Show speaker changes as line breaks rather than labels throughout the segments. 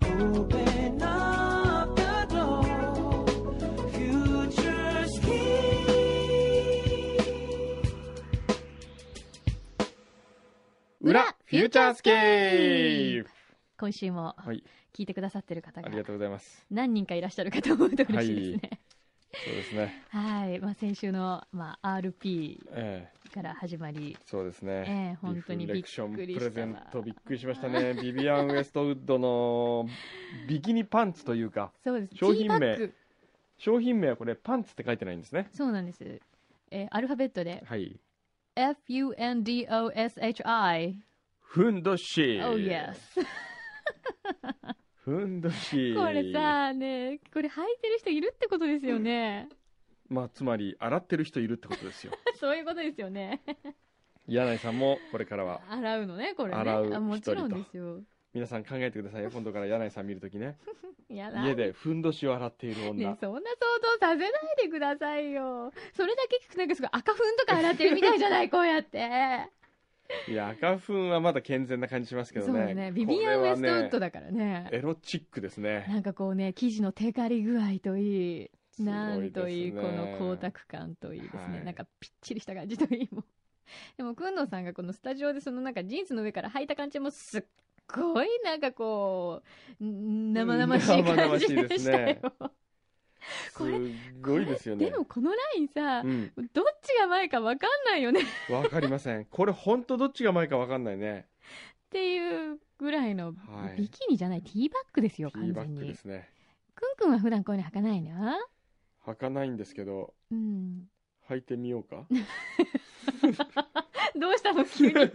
Open up the door. Future's key.
裏フューチャースケープ
今週も
はい、
聞いてくださってる方
あ
が
りがとうございます。
何人かいらっしゃるかと思うと嬉しいですね。
そうですね。
はい、まあ、先週の、まあ、RP
ええ
から始まり、
そうです
ええ
ね。
本当に
リフレクション
びっくり
プ
した
レ
わ
ゼントびっくりしました ね。ビビアン・ウエストウッドのビキニパンツというか、
そうです
商品名
T バッグ
商品名はこれパンツって書いてないんですね。
そうなんです、えーアルファベットで
はい。
FUNDOSHI
ふんどし。
Oh yes
ふんどし。
これ。さねこれ履いてる人いるってことですよ ね
まあ、つまり、洗ってる人いるってことですよ。
そういうことですよね
柳井さんもこれからは、
洗うのねこれね
洗う一人と
あもちろんですよ
皆さん考えてくださいよ。今度から柳井さん見るときね。
やだ
家でふんどしを洗っている女。
ね、そんな想像させないでくださいよ。それだけ聞くとなんかすごい赤粉とか洗ってるみたいじ ゃない、こうやって。
いや、赤粉はまだ健全な感じしますけど
そう
ね。
ね、ビビアン・ウェストウッド
だ。
だからね。
エロチックですね。
なんかこうね、生地のテカリ具合といい、
すごいですね
なんといい、この光沢感といいですね。
はい
なんかぴっちりした感じといいもん。 でも、くんのさんがこのスタジオでそのなんかジーンズの上から履いた感じもすっごいなんかこう、ん生々しい感じでし
生々しい
たよ。
です
これ
すっごいですよね。
でもこのラインさ
う、ん、
どっちが前かわかんないよね
わかりません。これ本当どっちが前かわかんないね。
っていうぐらいの
はい
ビキニじゃない、ティーバッグですよ
テ
完
ィーバッ
全
グで
に
すね。
くんくんは普段こういうの履かないな
履かないんですけど、
うん
履いてみようか。
どうしたの 急に 怖いよ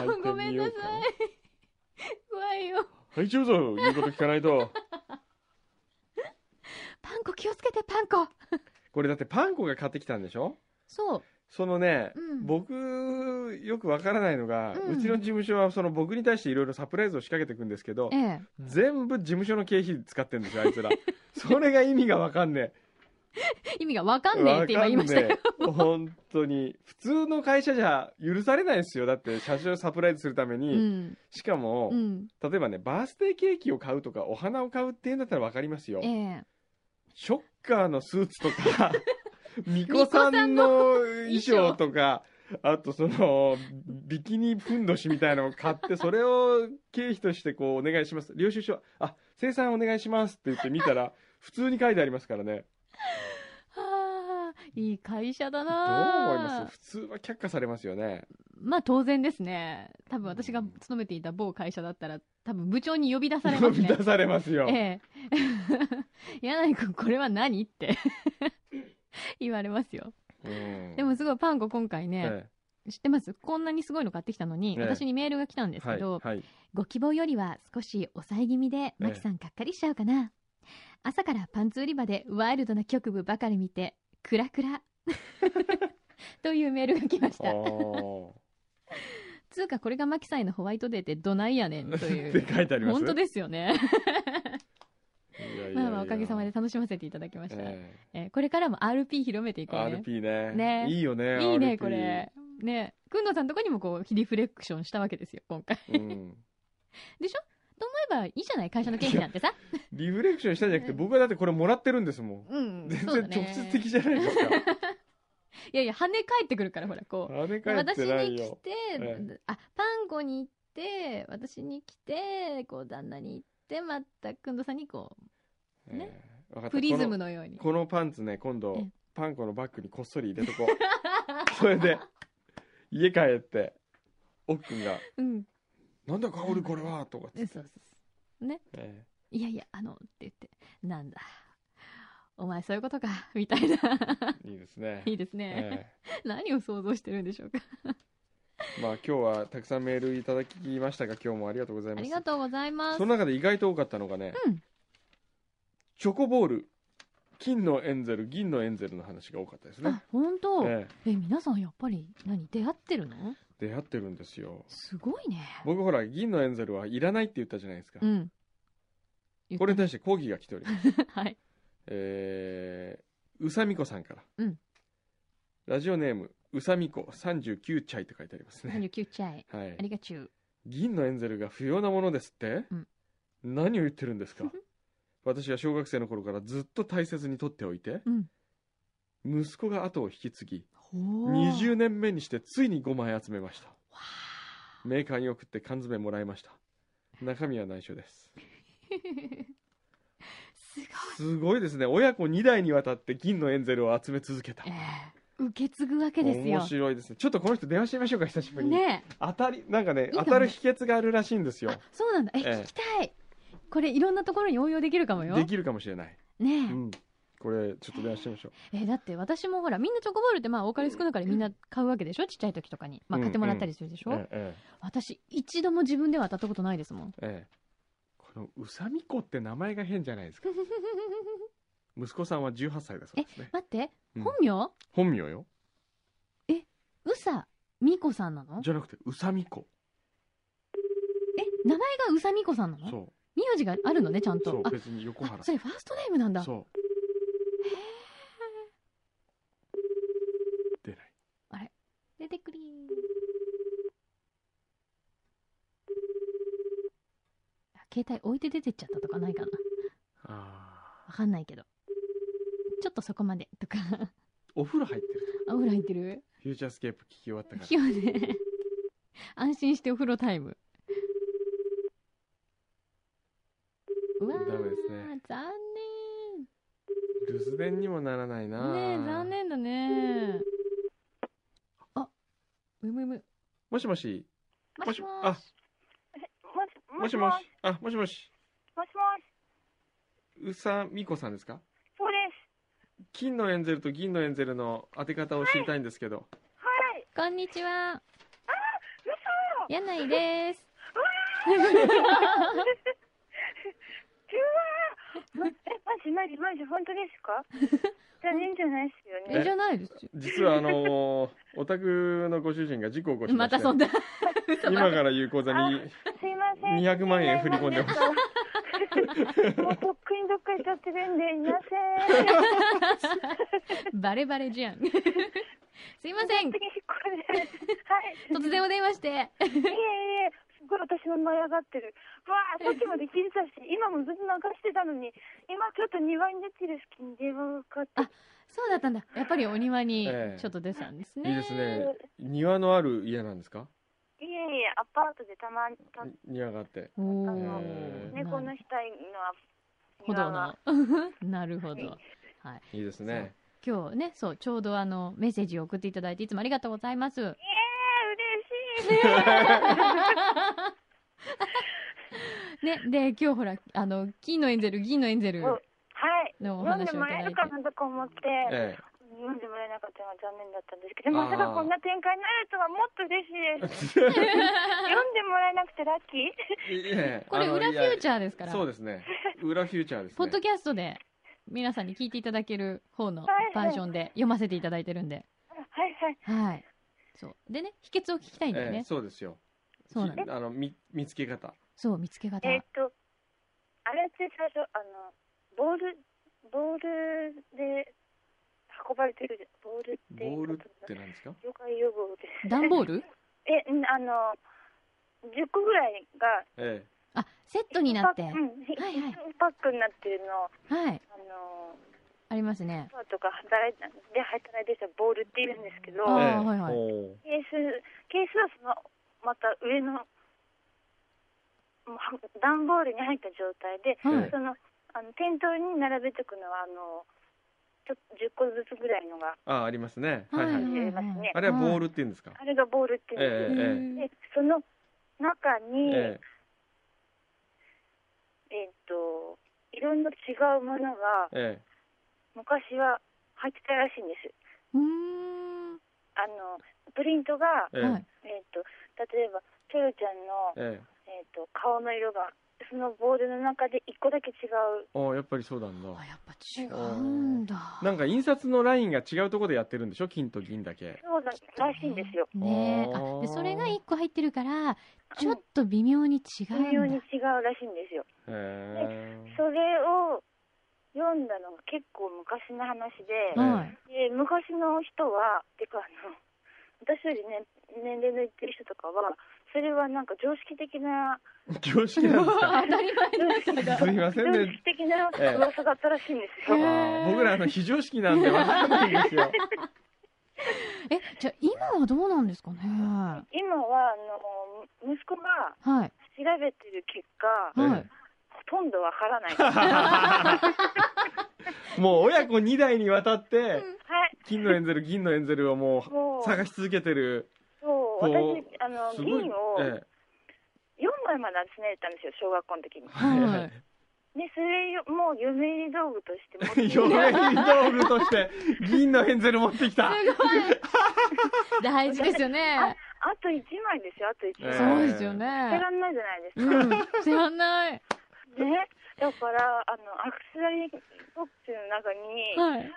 怖い
履いてみよう
よ
か
ごめんなさい怖いよ
履いちゃうぞ言うこと聞かないと。
パンコ気をつけてパンコ
これだってパンコが買ってきたんでしょ
そう
そのね、
うん
僕、よくわからないのが、う
うん
ちの事務所はその僕に対していろいろサプライズを仕掛けていくんですけど、
ええ
全部事務所の経費使ってんですよ、あい つら。それが意味がわかんね
意味がわか
え。
んねえって今言いましたよ、
わかんねえ本当に。普通の会社じゃ許されないですよ。だって、社長をサプライズするため
う
に、
ん
しかも、
うん
例えばね、バースデーケーキを買うとか、お花を買うっていうんだったらわかりますよ
え。え
ショッカーのスーツと か、巫女さんの衣装とか、あとその、ビキニふんどしみたいなのを買って、それを経費としてこうお願いします。領収書、あ、生産お願いしますって言って見たら、普通に書いてありますからね。
はあいい会社だ
どう
な
思います普通は却下されますよね。
まあ当然ですね多分私が勤めていた某会社だったら多分部長に呼び出さ れますね
出されますよ。
え え。柳くん、これは何って 言われますよ。
うん
でも、すごいパンコ今回ね、
え
知ってますこんなにすごいの買ってきたのに、
ええ
私にメールが来たん
え
です
は
け
い、
ど、
はい。
ご希望よりは少し抑え気味で、マキさんがっかりしちゃうかな。朝からパンツ売り場でワイルドな局部ばかり見て、クラクラ。 というメールが来まし
ああ
た。つうか、これがマキさんへのホワイトデーってどないやねんとい
ー。っ
う
て。書いてあります
本当ですよね。
いやいやいや
まあまあ、おかげさまで楽しませていただきました。
ええ
えーこれからも RP 広めていこうね。
RP ね
ね
いいよね。
いいね、
RP
これ。ね。くんのさんとこにもこう、リフレクションしたわけですよ、今回。
うん。
と思えばいいじゃない、会社の経費なんてさ。
リフレクションしたんじゃなくて、僕はだってこれもらってるんですもん。
うん。
全
そうだ
然
ね
直接。的じゃないですか。
いやいや、跳ね返ってくるから、ほら、こう。
跳ね返っ
私
てない
に来
よ。
て、
え
あ、パンコに行って、私に来て、こう、旦那に行って、また、くんどさんにこ私にね
ええわかった
う、プリズムのように。
このこのパンツね、今
え
度
え、
パンコのバッグにこっそり入れとこう。それで、家帰って、奥君が、
うん。
なんだかおるこれはとかっ
そ
つ
う
って
そう。そう。ね。
え
いやいや、あの、って言って、なんだ。お前そういうことか、みたいな。
えいいですね。
いいですね。
え
何を想像してるんでしょうか。
えまあ今日はたくさんメールいただきましたが、今日もありがとうござい
あ
ま
り
す。
がとうございます。
その中で意外と多かったのがね、
うん
チョコボール、金のエンゼル、銀のエンゼルの話が多かったですね
あ。、本当。え
ええ
皆さんやっぱり何出会ってるの？
出会ってるんですよ
すごいね。
僕ほら銀のエンゼルはいらないって言ったじゃないですか、
うん。 言って
これに対して抗議が来ております
はい。
えー、うさみこさんから、
うん
ラジオネームうさみこ39チャイと書いてあります
三
ね
十九チャイ。
はい
ありがちゅう。
銀のエンゼルが不要なものですって、
うん
何を言ってるんです か私は小学生の頃からずっと大切に取っておいて、
うん
息子が後を引き継ぎ
ほう
20年目にしてついに5枚集めました
わ
メーカーに送って缶詰もらいました中身は内緒です
ーすごい
すごいですね親子2代にわたって銀のエンゼルを集め続けた
ええ受け継ぐわけですよ
面白いですねちょっとこの人電話してみましょうか久しぶりに、
ねえ
当たりなんかね
いいかも
当たる秘訣があるらしいんですよ
あそうなんだえ、
ええ
聞きたいこれいろんなところに応用できるかもよ
できるかもしれない、
ね
う
え、
ん、これちょっと電話してみましょう
えだって私もほらみんなチョコボールってまあお金少ないからみんな買うわけでしょちっちゃい時とかに、まあ、買ってもらったりするでしょ、
ええ
私一度も自分では当たったことないで すもん
えええこのうさみこって名前が変じゃないですか息子さんは18歳だそうですね
待って、
うん
本名
本名よ
うさみこさんなの
じゃなくてうさみこ
え名前がうさみこさんなの
そ
名字があるのねちゃん
うそ
と
う
あ
別に横
あ
原
それファーストネームなんだ
そう出ない
出てくりーあ携帯置いて出てっちゃったとかないかな
あ
わかんないけどちょっとそこまでとか
ーお風呂入ってると
あお風呂入ってる
フューチャースケープ聞き終わったから
今日ね安心してお風呂タイムうわー
ダメですね
残
留守電にもならないな
念ねえ残念だねあむむむ
もしもし
もしも
も
ー
し
し
も
も
し
し
も
も
し
し。
あもしも
も
し
しもし。
うさみこさんですか
そうです。
金のエンゼルと銀のエンゼルの当て方を知りたいんですけど、
はい。
こんにちは柳井です
うわー。え、マジマジマジ、本当ですか じゃあ、いいんじゃないですよ
え
ね。
じゃないですよ
実はあのーお宅のご主人が事故を起こしま
ま
して
たそんな
今から有効座に
すいません。
200万円振り込んでま
す。
す
もうとっくにどっか行っちゃってるんで、いません。
バレバレじゃんすいません
次、引っ込んで。はい。
突然お電話して
いえいえ、すごい私も舞い上がってる。わあ、さっきまで聞いてたし、今もずっと流してたのに、今ちょっと庭に出てる隙に電話がかかって。
そうだったんだやっぱりお庭に
ええ
ちょっと出てたんですね、
いいですね庭のある家なんですか
いえいえ、アパートでたまに撮っ
庭があって
おお
あの
ー
猫の額の
ほど
が
のな るほど
いいですね
今日ねそうちょうどあのメッセージを送っていただいていつもありがとうございます
えー、嬉しいね
ねで今日ほらあの金のエンゼル銀のエンゼル
うんはい
のお
飲んで
話をい
も
た
らえ
だ
る
いて
かなとか思って、
え
飲んでもらえなかったのが残念だったんですけどまさかこんな展開になるとはもっと嬉しいで す飲んでもらえなくてラッキー
えええ
これ
あの
裏フ
い
ュ
や
ーチャーですから
そうですね裏フューチャーです
ポッ
ね
ドキャストで皆さんに聞いていただける方の
はい
バージョンで読ませていただいてるんで
はいはい
はいそうでね秘訣を聞きたいんだよ
え
ね、
えそうですよ
そうなんだ
あのみ見つけ方
そう見つけ方、
えーっとあれって最初あのボールボールで運ばれてるじゃんボールって
ボールって何ですか
妖怪予防で
段ボール
えんあの10個ぐらいが
え
あセットになって
うん、
はいはい
パックになってるのを
はい
あの
ありますね
パーとか働いたで働いてたボールっていうんですけど
え
あ
え
ー
え
はいは
お
い
ー
ケースケースはそのまた上のもうは段ボールに入った状態で、
はい
そのあの店頭に並べとくのはあのちょっと10個ずつぐらいのが
あありますねはいはい
は
い
はい
入れますね、
あれはボールって言うんですか
あれがボールってい
え
う
え
んです、でその中に、
え
えーっといろんな違うものが
ええ
昔は入ってたらしいんです
うーん
あのプリントが、
ええ
はい
えー、と例えばチョロちゃんの、
ええ
えー、と顔の色がそのボールの中で一個だけ違う
ああやっぱりそうなんだ
あやっぱ違うんだ
なんか印刷のラインが違うところでやってるんでしょ金と銀だけ。
そうだらしいんですよ
ねえ
あー
あでそれが1個入ってるからちょっと微妙に違
微妙
うん
に
だ
違うらしいんですよ
へえ。
それを読んだのが結構昔の話で,、
妙に
はい
で昔の人はてかあの私より、ね、年齢のいってる人とかはそれはなんか常識的 な、
常識なんですか
当たり前だった
す
が
いませ
常
んね
識的な
ええ
噂だったらしいんです
あ
よ。
ー僕らあの非常識なんでわかんないんですよ
えじゃあ今はどうなんですかね
今は、あの、息子が
はい
調べてる結果、
は
え
い
ほとんどわから ない。は
もう親子2代にわたって
い。
金のエンゼル銀のエンゼルをも
もう
う、探し続けてる
そう、
こう
私、あの、
すごい
銀を
え
4枚まで集めてたんですよ、小学校の時に。
えはい は
はい
い
で、それもう嫁入り道具として持っ て
嫁入り道具として銀のエンゼル持ってきた
大事ですよね
あと1枚ですよ、あと1枚。
ええ
そうですよ
捨て
ね
らんないじゃないです
う
か。
ん知らない
ね。だから、あの、アクセサリーボックスの中に、
はい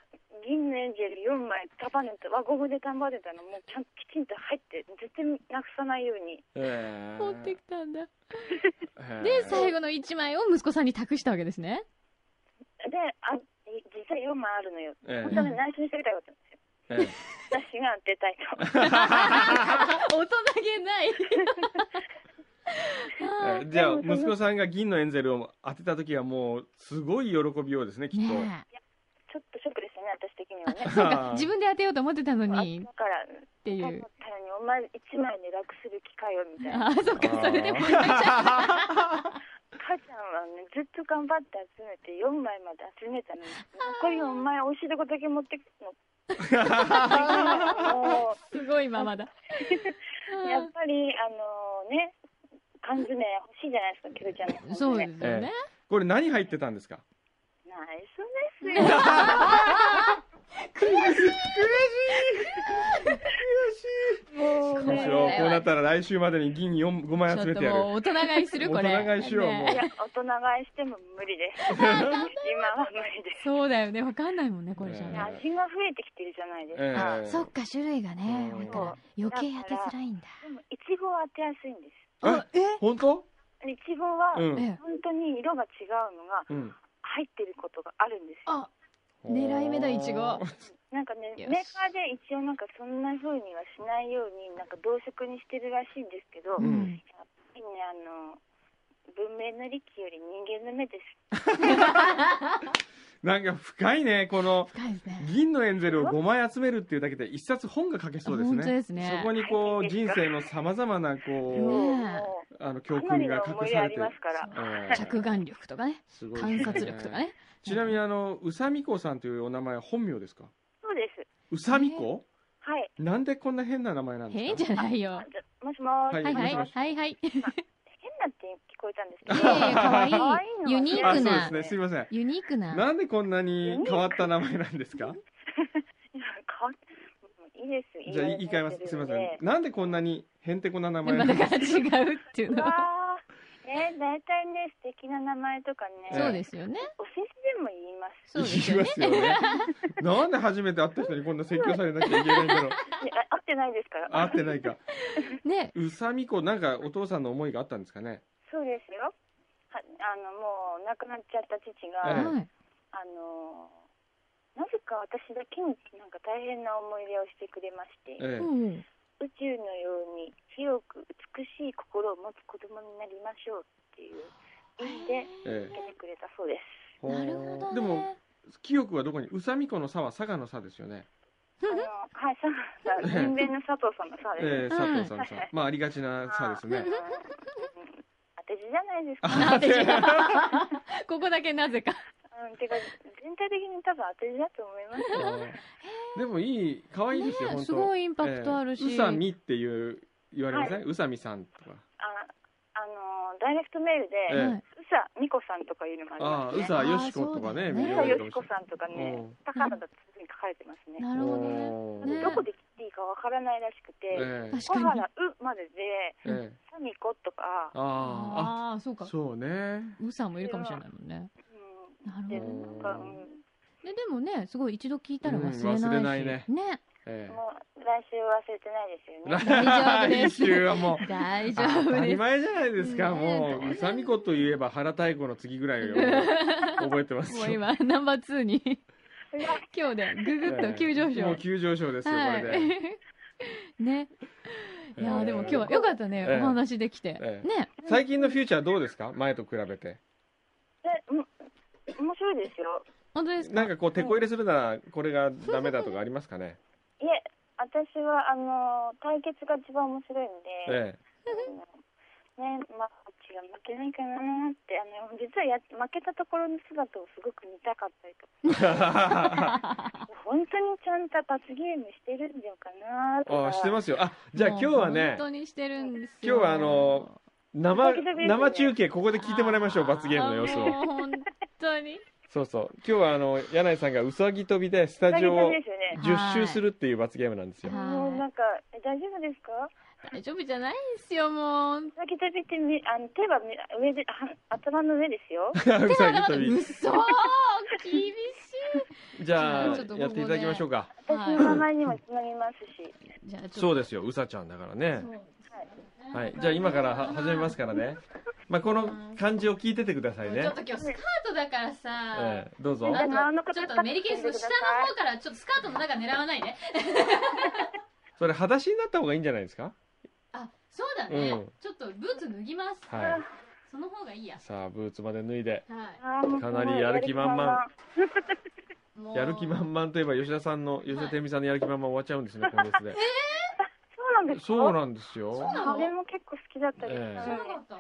銀のエンジェル4枚束ねて、輪ゴムで束ねたのも、ちゃんときちんと入って、絶対なくさないように。
ええ
持ってきたんだ
ええ
で最後の一枚を息子さんに託したわけですね
で、あ実際4枚あるのよ。
え
本当に内緒にしてみたかったんですよ。
えええ
私が出たいと。
大人げ ない
えじゃあ息子さんが銀のエンゼルを当てた時はもうすごい喜びようですねきっと、
ねえ
ちょっとショックでしたね、私的にはね。
そうか自分で当てようと思ってたの
あ
に
だから、だ
ってい
った
う
らに、お前1枚で楽する機会をみたいな。
あそっかそれでも
母ちゃんはね、ずっと頑張って集めて、4枚まで集めたのに、残りお前、おいしいとこだけ持ってくの。もう
すごいママ だ
やっぱり、あのね、缶詰欲しいじゃないですか、キルちゃんの缶
そ
詰。
うですよね
これ何入ってたんですか
ナイスですよ。もう
どうしようこうなったら来週までに銀4 5枚集
ちょ
め
っと
てやる
もう大人買いするこれ
大人買いしようもう
い
ね
や、大人買いしても無理です。今は無理です。
そうだよねわかんないもんねこれじゃ
え
ね
え
味が増えてきてるじゃないですか。
ええ
そっか種類がね
うん
多いから余計当てづらいんだ
でも、いちごは当てやすいんです。
あ
え
本当
いちごは、
う
え
ん、
え
本当に色が違うのが
うん、
入ってることがあるんですよ。
あ狙い目だいちご
なんかね、メ
よし
ーカーで一応なんかそんな風にはしないように、なんか同色にしてるらしいんですけど、
う
やっ
ん
ぱりね、あの、文明の利器より人間の目です。
なんか深いねこの
深いですね
銀のエンゼルを5枚集めるっていうだけで一冊本が書けそうですね
本当ですね
そこにこう人生のさまざまなこ
もう、
ね
も
うあの
う
教
かなりの
訓が
思
隠
い出
さ
あり
れて
ますから。
ええ
着眼力とかね
すごいですね
観察力とかね
ちなみにあのうさみこさんというお名前は本名ですか
そうです。
うさみこ
はい。
なんでこんな変な名前なんですか
変じゃないよ
あじゃもしもーし、
はい
はいはい
もしもし
はいはい
変なって聞こえたんですけ
い
ど、
やいや可愛い
可愛いのは
ユニ
あ
ー
そう
ク
で
な
すねすいません
ユニークな
なんでこんなに変わった名前なんです か
いや かわいいです。
じゃあ言い換えますすいませ
言われてるので
んなんでこんなにへんてこな名前
ま
な
あ
ん
だ
です
か
から
違うっていうのは
わあ、えー、大体ね、素敵な名前とかね、
そうですよね
お世辞でも言います。
そうで
言
す
い
よ
ます
ね
よね なんで初めて会った人にこんな説教されなきゃいけないん だろ
い
う
や合ってないですから。
会ってないか
ね
うさみこなんかお父さんの思いがあったんですかね
そうですよ。はあの、もう亡くなっちゃった父
ええ
が、
はい
あの、なぜか私だけになんか大変な思い出をしてくれまして、
ええ
うん
宇宙のように広く美しい心を持つ子供になりましょうっていう意味で
え
つけてくれたそうです。
え
なるほどね
でも清くはどこにうさみこの差は佐賀の差ですよね
あの、はい、佐藤さん、人弁の佐藤さんのさです。
ええ佐藤さんの差
はい
まあありがちな差ですね
うん当て字じゃないですか、
あ
当て違う ここだけなぜか
うん、てか全体的に多分当て字だと思いますよ
でもいい可愛いですよ、
ね
本当
すごいインパクトあるし
ええうさみっていう言われません、うさみさんとか
ああのダイレクトメール
え
で
え
はい
「うさみこさん」とかいうのも
あ
あ
あ
りま
う
すね
さよしことかね
あーそうだね
見
う
れ
さ
る
よ
かも
し
し
こさんとか
れない
ね高田だと普通に書かれてますね
なるほどね
おー
ね
どこで切っていいかわからないらしくて
ええ
確
小
かに
原うまでで
ええ
「さみこ」とか、
あ
ああーそう
ああ
か
そうね
ウサもいるかもしれないもんね
うん、
なる
で
ほど
なんか、うん、
ねでもねすごい一度聞いたら忘れないし、
うん忘れないね
ね
え
もう来週忘れてないですよ
え
ね
大丈夫です
来週はもう
大丈
あ当
夫
たり
です
前じゃないですか、
ね
もううさみこといえば原太鼓の次ぐら いを覚えてます
も
よ
う今ナンバー2に 今日でググ
え
っ
え
と急上昇、
もう急上昇ですよ、
はい
これで
ねいやーでも今日はよかったね、
ええ
お話できて、
え
ね
最近のフューチャーどうですか前と比べて。
え、うん面白いですよ。
本当ですか
なんかこう、手こ入れするなら、これがダメだとかありますか ね。
いえ、私は、あの、対決が一番面白いんで、
え
あのね、まあ、こっちが負けないかなーって、あの、実はや負けたところの姿をすごく見たかったりとか、
え。あ、
本当にちゃんと罰ゲームしてるんでよかなーとか。
してますよ。あ、じゃあ今日は
もう
ね
本、当にしてるんですよ
今日はあの生
時々ですね
生中継、ここで聞いてもらいましょう、罰ゲームの様子
あー
を。
もう本当に
そうそう。今日はあの、柳井さんがうさぎ跳びでスタジオ
うさぎ跳
を
びですよね
10周するっていう罰ゲームなんですよ。
はい
もうなんか、え大丈夫ですか
大丈夫じゃないんですよもう
うさぎ飛びってみあの手はみ上では頭の上ですよ。
う さぎ跳
う
び。
そ厳しい
じゃあ
ちょっとここ、で
やっていただきましょうか。
私の名前にもつなぎますし。
じゃあち
そ
ょっ
うですよ、うさちゃんだからね
と。
はい。じゃあ今からは始めますからね。まあ、この感じを聞いててください
ちょ
ね
っ。と今日スカートだからさ、
ええ、どうぞ。
あとちょっとメリケースの下の方からちょっとスカートの中狙わないで
それ、裸足になった方がいいんじゃないですか
あそうだね、
うん
ちょっとブーツ脱ぎます
はい。
その方がいいや
さあ、ブーツまで脱いで。
はい
あーもうすごい
かなりやる気満々
もう
やる気満々といえば吉田さんの、吉田照美さんのやる気満々終わっちゃうんですね、今月で。
そうなんですか
そうなんですよ。
なの
それも結構好きだったり
え
し
え
た
知ら
の
な
で
か。った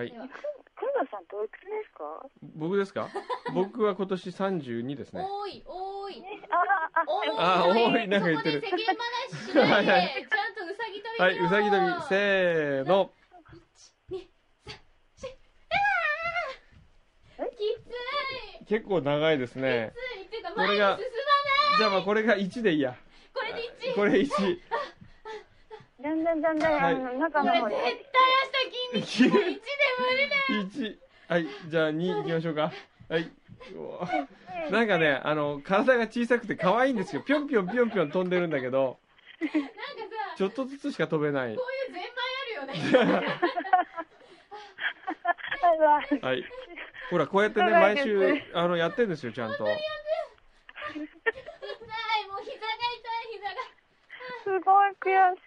はい
で。は
くんどうさんっておいくつですか
僕ですか僕は今年32ですね。
おーいおーい
ああ、あ、
おーい
あ多いなんか言
そ
っ
こ
て
で世
る
間話しないで
はいは
ちゃんとうさぎ跳
は
び
い、うさぎ跳び、せーの。
びきつい
結構長いですね。
ついっていうか
こ
前に
れ
進まな
が
い
じゃあまあこれが1でいいや。
これで一。
これ1。
だんだんだんだん、
は
あ
い
の、中
これ
の方
絶
に。
対明日筋肉痛1で無 理だよ
1。はい、じゃあ2行きましょうか。はい。うわなんかね、あの、体が小さくて可愛いんですよ。ぴょんぴょんぴょんぴょん飛んでるんだけど、
なんかさ
ちょっとずつしか飛べない
こ。ういう 全敗あるよね
ああ
はい。ほら、こうやってね、
可愛い
毎
です
週、あの、やってるんですよ、ちゃんと。
痛いもう膝が痛い膝が
すごい悔し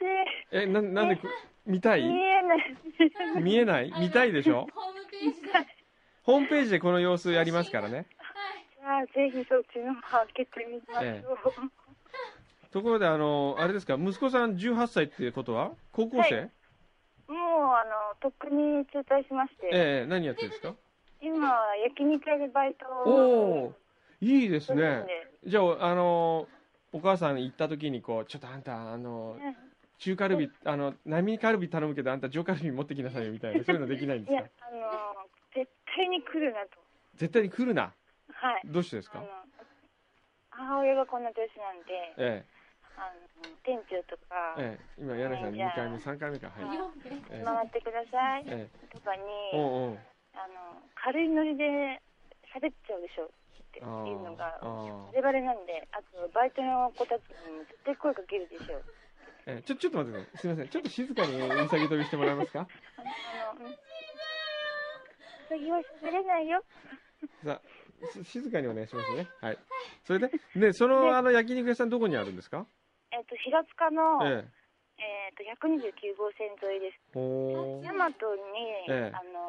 い。
え、な、なんで、見たい
見えない。
見えない見たいでし ょ
ホームページではい
ホームページでこの様子やりますからね。
ああ、ぜひそっちの方開けてみまし
え
ょう。
ところで、あの、あれですか、息子さん18歳っていうことは高校生、
はもう、あの、とっくに中退しまして、
ええ何やってるんですか
今は焼肉屋でバイト
お
を
お。いいです
そうで
ね
す。ね。
じゃあ、あの、お母さん行った時にこう、ちょっとあんた、あの、中カルビ、あの、並カルビ頼むけど、あんた上カルビ持ってきなさいよみたいな、そういうのできないんで
い
す
や
か、
あのー絶対に来るなと。
絶対に来るな。
はい。
どうしてです
あ
か
の、母親がこんな年なんで、
え
あの、店長とか、
え、ええ、今、柳井さん
じゃあ
2回目、3回目か。はい。
読んで
え
回ってください
え、え
とか
え、う
に、
んうん。
あの、軽いノリで喋っちゃうでしょっていう
あー
のが、
あ
バ
ー
レバレなんで、あと、バイトの子たちにも絶対声かけるでしょ。
ええちょ、ちょっと待ってください。すみません。ちょっと静かにうさぎ飛びしてもらえますか
あの、うん。次は喋れないよ。
さあ、し静かにお願いしますね。はい。それで、ね、その、あの、焼肉屋さんどこにあるんですか
えっ、と、平塚の、えっ、
え
と、129号線沿いです。
え。ほー
ヤマトに、
ええ
あの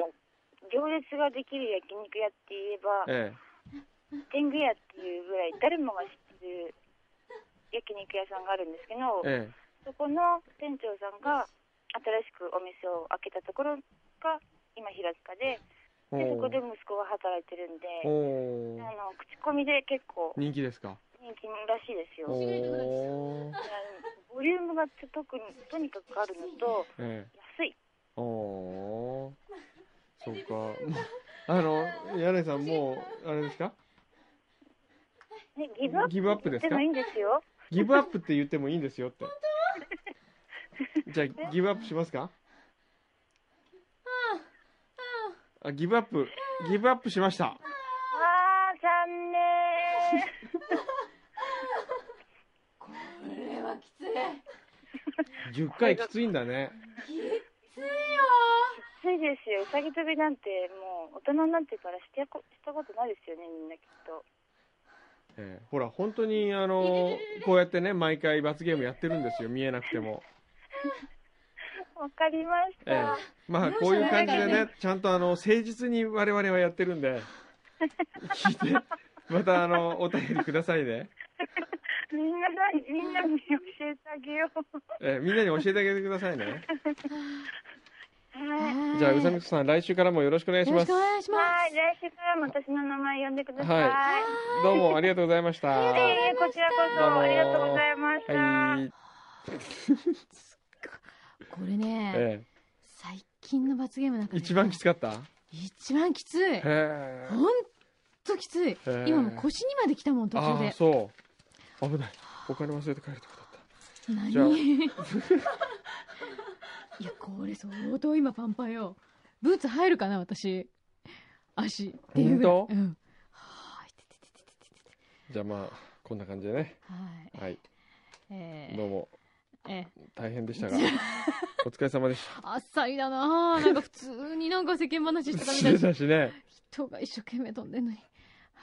行列ができる焼肉屋って言えば、
え
天狗屋っていうぐらい誰もが知ってる焼肉屋さんがあるんですけど
え、、え
そこの店長さんが新しくお店を開けたところが今平塚で
え。
でそこで
ほ
息子が働いてるんで
ー。ほー
あの口コミで結構
人気ですか
人気らしいですよ。
ほ
だからボ
ー。
リュームが特にとにかくあるのと
ええ。
安い。
ほー。そうか。 もうあの、柳井さん、もう、あれですか
ね、ギブアップ
ギブアップですか
もいいんですよ。
ギブアップって言ってもいいんですよって。じゃあ、ギブアップしますかあ、ギブアップ。ギブアップしました。
あー、残念。
これはきつい
10回きついんだね。
きついよ
ついですよ。うさぎ跳びなんて、もう、大人になってからしてこしたことないですよね、みんなきっと。
えーほら、本当に、あの、こうやってね、毎回罰ゲームやってるんですよ、見えなくても。
わかりました。
ええまあ、こういう感じでね、ちゃんとあの、誠実に我々はやってるんで、聞いて、またあの、お便りくださいね。
みんなな、みんなに教えてあげよう。
ええみんなに教えてあげてくださいね。
はい。
じゃあ、うさ
よ
みこさん、来週からもよろしくお願
ろ
い
し
し
くお
ます。
願いしま
はい、来週からも私の名前呼んでください。
は
はい
どうもありがとうございました。
いえいえ、こちらこ
どうも
そありがとうございました。
はい。
す。これね、
え
最近の罰ゲームなんか、
え、一番きつ
い。
かった
一番きつい。
へえ。
ほんときつい。
ー
今もう腰にまで来たもん、途
あ
中
あ、
で。
そう。危ない。お金忘れて帰るとこだっ
何
じゃあ
いや、これ相当今パンパンよ。ブーツ入るかな、私。足。っていうぐらい。
ほんと
うん。はーい。てててててててて
た。じゃあまあ、こんな感じでね。
は
は
い。
い。
えー
どうも、
え
大変でした が、お疲れ様でした。
ー、あっさりだなぁ。なんか普通になんか世間話してたみたい
失
な
礼。だしね。
人が一生懸命飛んでんのに。はあ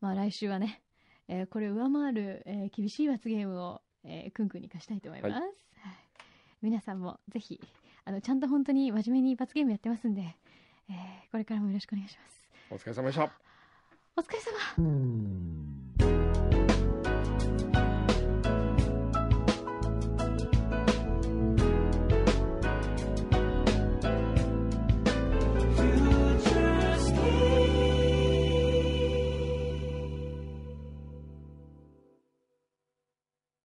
まあ来週はね、えーこれを上回る、えー厳しい罰ゲームを、えー、くんくんに課したいと思います。
は
はいい皆さんもぜひ、あの、ちゃんと本当に真面目に罰ゲームやってますんで、えーこれからもよろしくお願いします。
お疲れ様でした。
お疲れ様
うん